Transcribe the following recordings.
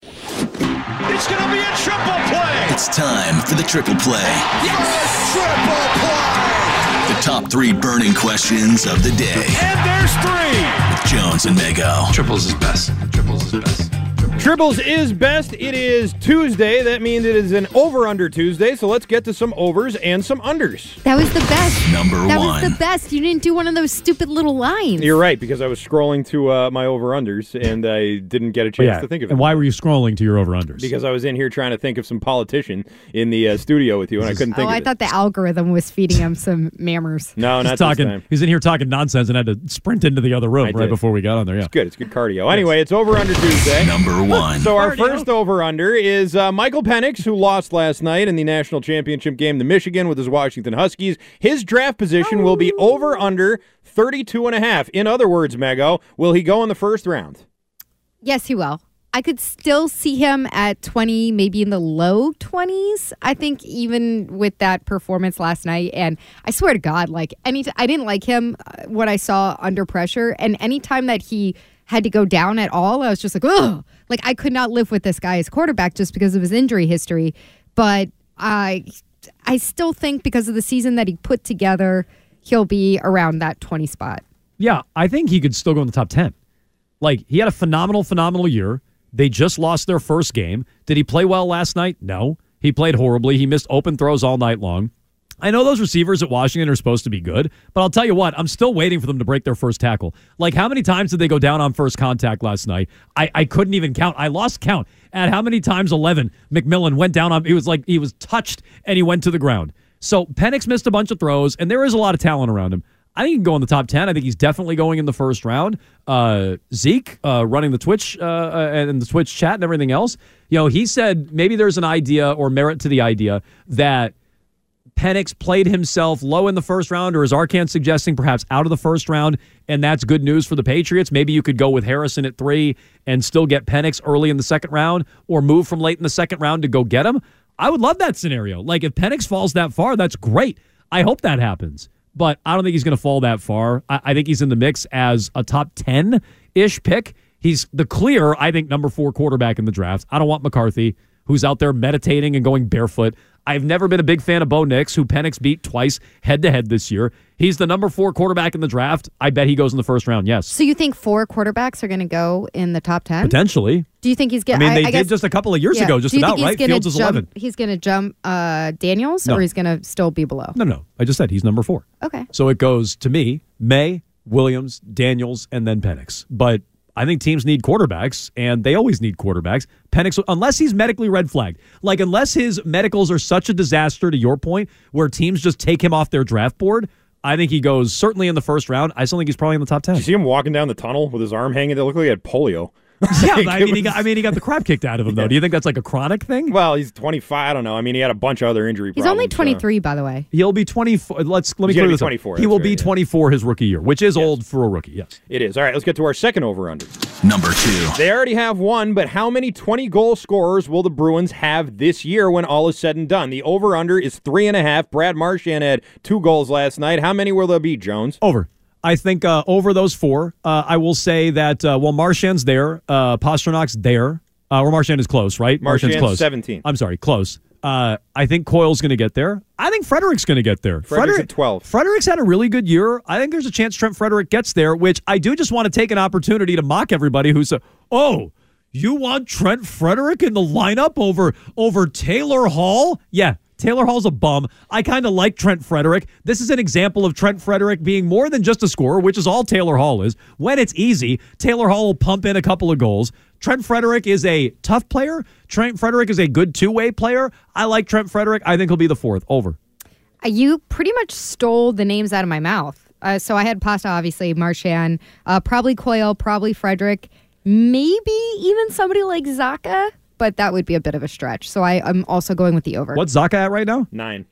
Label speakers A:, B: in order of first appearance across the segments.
A: It's going to be a triple play.
B: It's time for the triple play.
A: Yes, triple play.
B: The top three burning questions of the day.
A: And there's three.
B: With Jones and Mego.
C: Triples is best. Triples is best.
D: Triples is best. It is Tuesday. That means it is an over under Tuesday. So let's get to some overs and some unders.
E: That was the best.
B: Number
E: that
B: one.
E: was the best. You didn't do one of those stupid little lines.
D: You're right, because I was scrolling to uh, my over unders and I didn't get a chance to think of it.
F: And why were you scrolling to your over unders?
D: because I was in here trying to think of some politician in the uh, studio with you and I couldn't
E: oh,
D: think of
E: I
D: it.
E: thought the algorithm was feeding him some mammers.
D: no, not
F: he's
D: this
F: talking.
D: time.
F: He's in here talking nonsense and had to sprint into the other room
D: I
F: right
D: did.
F: before we got on there. Yeah.
D: Good. It's good cardio. Anyway, it's over under Tuesday.
B: Number one.
D: So our first over under is uh, Michael Penix, who lost last night in the national championship game to Michigan with his Washington Huskies. His draft position will be
F: Oh.
D: over under 32 and a half. In other words, Mego, will he go in the first round?
E: Yes, he will. I could still see him at 20, maybe in the low 20s. I think even with that performance last night, and I swear to God, like any, t- I didn't like him uh, what I saw under pressure, and anytime that he had to go down at all, I was just like, ugh, like I could not live with this guy as quarterback just because of his injury history. But I, I still think because of the season that he put together, he'll be around that 20 spot.
F: Yeah, I think he could still go in the top 10. Like, he had a phenomenal, phenomenal year. They just lost their first game. Did he play well last night? No. He played horribly. He missed open throws all night long. I know those receivers at Washington are supposed to be good, but I'll tell you what, I'm still waiting for them to break their first tackle. Like, how many times did they go down on first contact last night? I, I couldn't even count. I lost count at how many times 11 McMillan went down on. It was like he was touched and he went to the ground. So Penix missed a bunch of throws, and there is a lot of talent around him. I think he can go in the top 10. I think he's definitely going in the first round. Uh, Zeke uh, running the Twitch uh, uh, and the Twitch chat and everything else. You know, he said maybe there's an idea or merit to the idea that Penix played himself low in the first round, or is Arcan suggesting perhaps out of the first round, and that's good news for the Patriots? Maybe you could go with Harrison at three and still get Penix early in the second round, or move from late in the second round to go get him. I would love that scenario. Like if Penix falls that far, that's great. I hope that happens, but I don't think he's going to fall that far. I, I think he's in the mix as a top ten ish pick. He's the clear, I think, number four quarterback in the draft. I don't want McCarthy who's out there meditating and going barefoot. I've never been a big fan of Bo Nix, who Penix beat twice head to head this year. He's the number four quarterback in the draft. I bet he goes in the first round. Yes,
E: So you think four quarterbacks are going to go in the top 10?
F: potentially.
E: Do you think he's
F: I
E: going
F: mean, they did
E: guess,
F: just a couple of years
E: yeah.
F: ago, just
E: Do you
F: about
E: think
F: right.
E: He's gonna
F: Fields is
E: jump,
F: eleven.
E: He's going to jump uh, Daniels,
F: No.
E: or he's going to still be below.
F: No, no, I just said he's number four.
E: Okay.
F: So it goes to me, May, Williams, Daniels, and then Penix. But I think teams need quarterbacks, and they always need quarterbacks. Penix, unless he's medically red flagged, like unless his medicals are such a disaster, to your point, where teams just take him off their draft board, I think he goes certainly in the first round. I still think he's probably in the top 10.
D: You see him walking down the tunnel with his arm hanging. It looked like he had polio.
F: yeah, but I,
D: it
F: mean, he
D: was-
F: got, I mean, he got the crap kicked out of him, though. Do you think that's like a chronic thing?
D: Well, he's 25. I don't know. I mean, he had a bunch of other injury
E: He's
D: problems.
E: only
F: uh,
D: so-
E: 23, by the way.
F: He'll be 24. Let's let me
D: He's gonna
F: clear
D: be
F: this up.
D: 24,
F: He will
D: that's
F: be
D: right, yeah.
F: 24 his rookie year, which is old for a rookie. Yes.
D: It is. All right, let's get to our second over under.
B: Number two.
D: They already have one, but how many 20 goal scorers will the Bruins have this year when all is said and done? The over under is three and a half. Brad Marchand had two goals last night. How many will there be, Jones?
F: Over. I think uh, over those four. Uh, I will say that uh, well, Marchand's there, uh, Pasternak's there, uh, or Marchand is close, right?
D: Marchand's 17.
F: I'm sorry, close. Uh, I think Coyle's going to get there. I think Frederick's going to get there.
D: Frederick's at 12.
F: Frederick's had a really good year. I think there's a chance Trent Frederick gets there, which I do just want to take an opportunity to mock everybody who said, "Oh, You want Trent Frederick in the lineup over over Taylor Hall? Yeah, Taylor Hall's a bum. I kind of like Trent Frederick. This is an example of Trent Frederick being more than just a scorer, which is all Taylor Hall is. When it's easy, Taylor Hall will pump in a couple of goals. Trent Frederick is a tough player. Trent Frederick is a good two-way player. I like Trent Frederick. I think he'll be the fourth. Over.
E: Uh, You pretty much stole the names out of my mouth. Uh, so I had pasta, obviously, Marchand, uh, probably Coyle, probably Frederick, maybe even somebody like Zaka, but that would be a bit of a stretch. So I am also going with the over.
F: What's Zaka at right now?
D: Nine.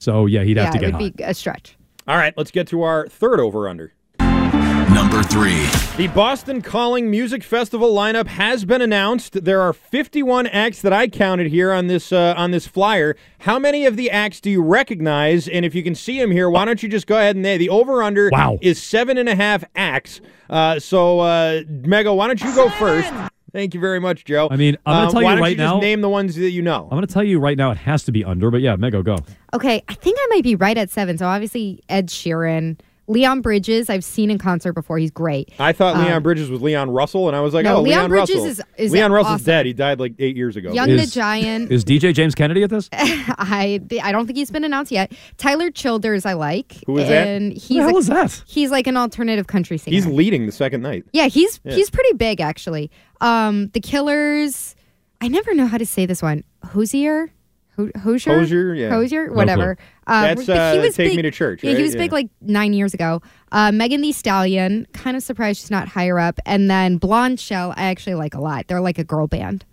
F: So yeah, he'd have
E: yeah,
F: to
E: it
F: get
E: would
F: hot.
E: be a stretch.
D: All right, let's get to our third over under.
B: Number three.
D: The Boston Calling Music Festival lineup has been announced. There are 51 acts that I counted here on this uh, on this flyer. How many of the acts do you recognize? And if you can see them here, why don't you just go ahead and the over under
F: Wow.
D: is seven and a half acts. Uh, so, uh, Mega, why don't you go first? Thank you very much, Joe.
F: I mean, I'm gonna
D: Um,
F: tell
D: why
F: you
D: don't
F: right
D: you just
F: now-
D: Name the ones that you know.
F: I'm going to tell you right now it has to be under, but yeah, Mego, go.
E: Okay, I think I might be right at seven. So obviously Ed Sheeran, Leon Bridges, I've seen in concert before. He's great.
D: I thought Leon
F: Um,
D: Bridges was Leon Russell, and I was like,
E: No,
D: oh, Leon,
E: Leon Bridges
D: Russell.
E: is- is
D: Leon Russell's
E: awesome.
D: dead. He died like eight years ago.
E: Young
F: Is-
E: the Giant.
F: Is DJ James Kennedy at this?
E: I I don't think he's been announced yet. Tyler Childers, I like.
D: Who is that?
E: and He's
F: Who the hell
E: a-
F: is that?
E: He's like an alternative country singer.
D: He's leading the second night.
E: yeah, he's he's pretty big actually. Um, the Killers. I never know how to say this one. Hosier. Ho- Hosier.
D: Hosier, yeah.
E: Hosier. Whatever. Um,
D: That's,
E: but
D: uh, Take Me to Church,
E: Yeah,
D: right?
E: he was big
D: Yeah.
E: like nine years ago. Uh, Megan the Stallion. Kind of surprised she's not higher up. And then Blonde Shell. I actually like a lot. They're like a girl band.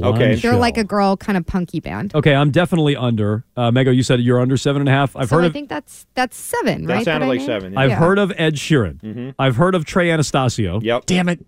D: Okay.
E: They're like a girl kind of punky band.
F: Okay, I'm definitely under. Uh, Mego, you said you're under seven and a half. I've
E: so
F: heard
E: I
F: of.
E: think that's that's seven,
D: That
E: right?
D: sounded
E: I
D: like
E: named?
D: seven. yeah.
F: I've
E: yeah.
F: heard of Ed Sheeran. I've heard of Trey Anastasio.
D: Yep.
G: Damn it.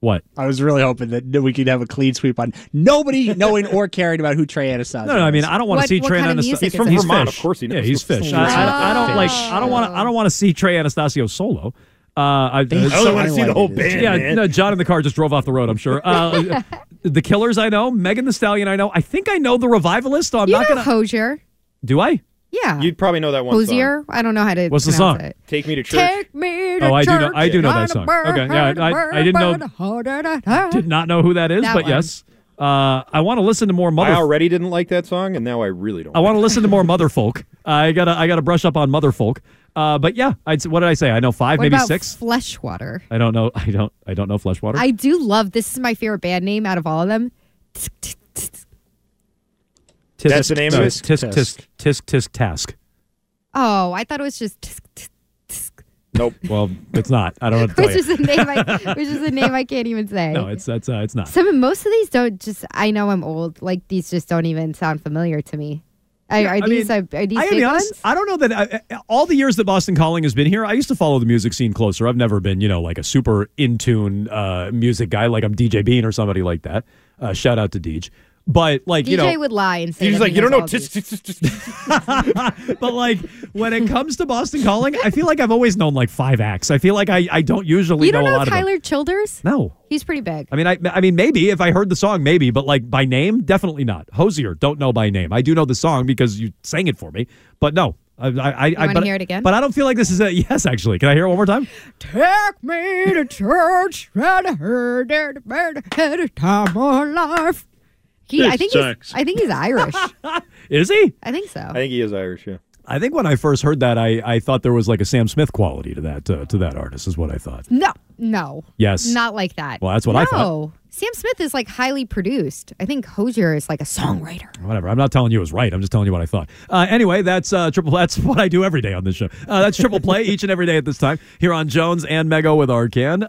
F: What?
G: I was really hoping that that we could have a clean sweep on nobody knowing or caring about who Trey Anastasio
F: No, no. I mean,
G: is.
F: I don't want to
E: What-
F: see
E: what
F: Trey
E: kind of
F: Anastasio.
E: music He's is from
D: it? Vermont,
F: fish.
D: of course he knows.
F: Yeah, he's
D: Fish.
F: fish. I, I- I don't like. I don't want. I don't want to see Trey Anastasio solo. Uh, I,
G: so I wanna see the whole band,
F: Yeah, no, John in the car just drove off the road. I'm sure. Uh, the Killers, I know. Megan the Stallion, I know. I think I know the Revivalist. So I'm
E: You
F: not
E: know
F: gonna.
E: Hosier.
F: do I?
E: Yeah.
D: You'd probably know that one song.
E: Hosier. I don't know how to.
F: What's the
E: pronounce
F: song?
E: It.
D: Take Me to Church.
E: Take me to
F: Oh, I do know-
E: church.
F: I do know that song.
E: Bird,
F: Okay, yeah, I- I- I didn't know- Did not know who that is,
E: That
F: but
E: one.
F: yes. Uh, I want to listen to more
D: I
F: mother.
D: already didn't like that song, and now I really don't.
F: I want to listen to more motherfolk. I gotta I gotta brush up on motherfolk. Uh, but yeah, I'd, what did I say? I know five,
E: What
F: maybe
E: about
F: six.
E: Fleshwater.
F: I don't know. I don't. I don't know Fleshwater.
E: I do love. This is my favorite band name out of all of them.
F: tisk,
D: That's the name of
F: no,
D: it?
F: it's Tisk tisk tisk tisk task.
E: Oh, I thought it was just. Tsk, tsk, tsk,
D: nope.
F: Well, it's not. I don't know what to
E: Which
F: tell
E: is
F: you.
E: a name I, which is a name I can't even say.
F: No, it's that's uh, it's not.
E: Some most of these don't just. I know I'm old. Like these just don't even sound familiar to me. Are, are
F: I
E: these
F: mean,
E: uh, are these
F: I gotta
E: big
F: be honest.
E: ones?
F: I don't know that I, I- all the years that Boston Calling has been here, I used to follow the music scene closer. I've never been, you know, like a super in tune uh, music guy, like I'm DJ Bean or somebody like that. Uh, shout out to Deej. But like
E: DJ
F: you know,
E: would lie and say
D: He's
E: that
D: like,
E: he
D: you don't know.
E: knows all these.
D: tis- tis- tis- tis."
F: but like when it comes to Boston Calling, I feel like I've always known like five acts. I feel like I, I don't usually
E: You don't
F: know, a
E: know
F: lot
E: Tyler
F: of
E: Childers?
F: them. No.
E: He's pretty big.
F: I mean, I, I mean, maybe if I heard the song, maybe, but like by name, definitely not. Hosier, don't know by name. I do know the song because you sang it for me, but no. I, I, I,
E: wanna
F: but-
E: hear it again?
F: But I don't feel like this is a yes. Actually, can I hear it one more time?
E: Take me to church and I heard it bad had a time on life. He, I think he's, I think he's Irish.
F: Is he?
E: I think so.
D: I think he is Irish, yeah.
F: I think when I first heard that, I, I thought there was like a Sam Smith quality to that uh, to that artist. Is what I thought.
E: No, no.
F: Yes.
E: Not like that.
F: Well, that's what I thought.
E: No. Sam Smith is like highly produced. I think Hosier is like a songwriter.
F: Whatever. I'm not telling you it was right. I'm just telling you what I thought. Uh, anyway, that's uh, triple. That's what I do every day on this show. Uh, that's triple play each and every day at this time here on Jones and Mego with Arcan.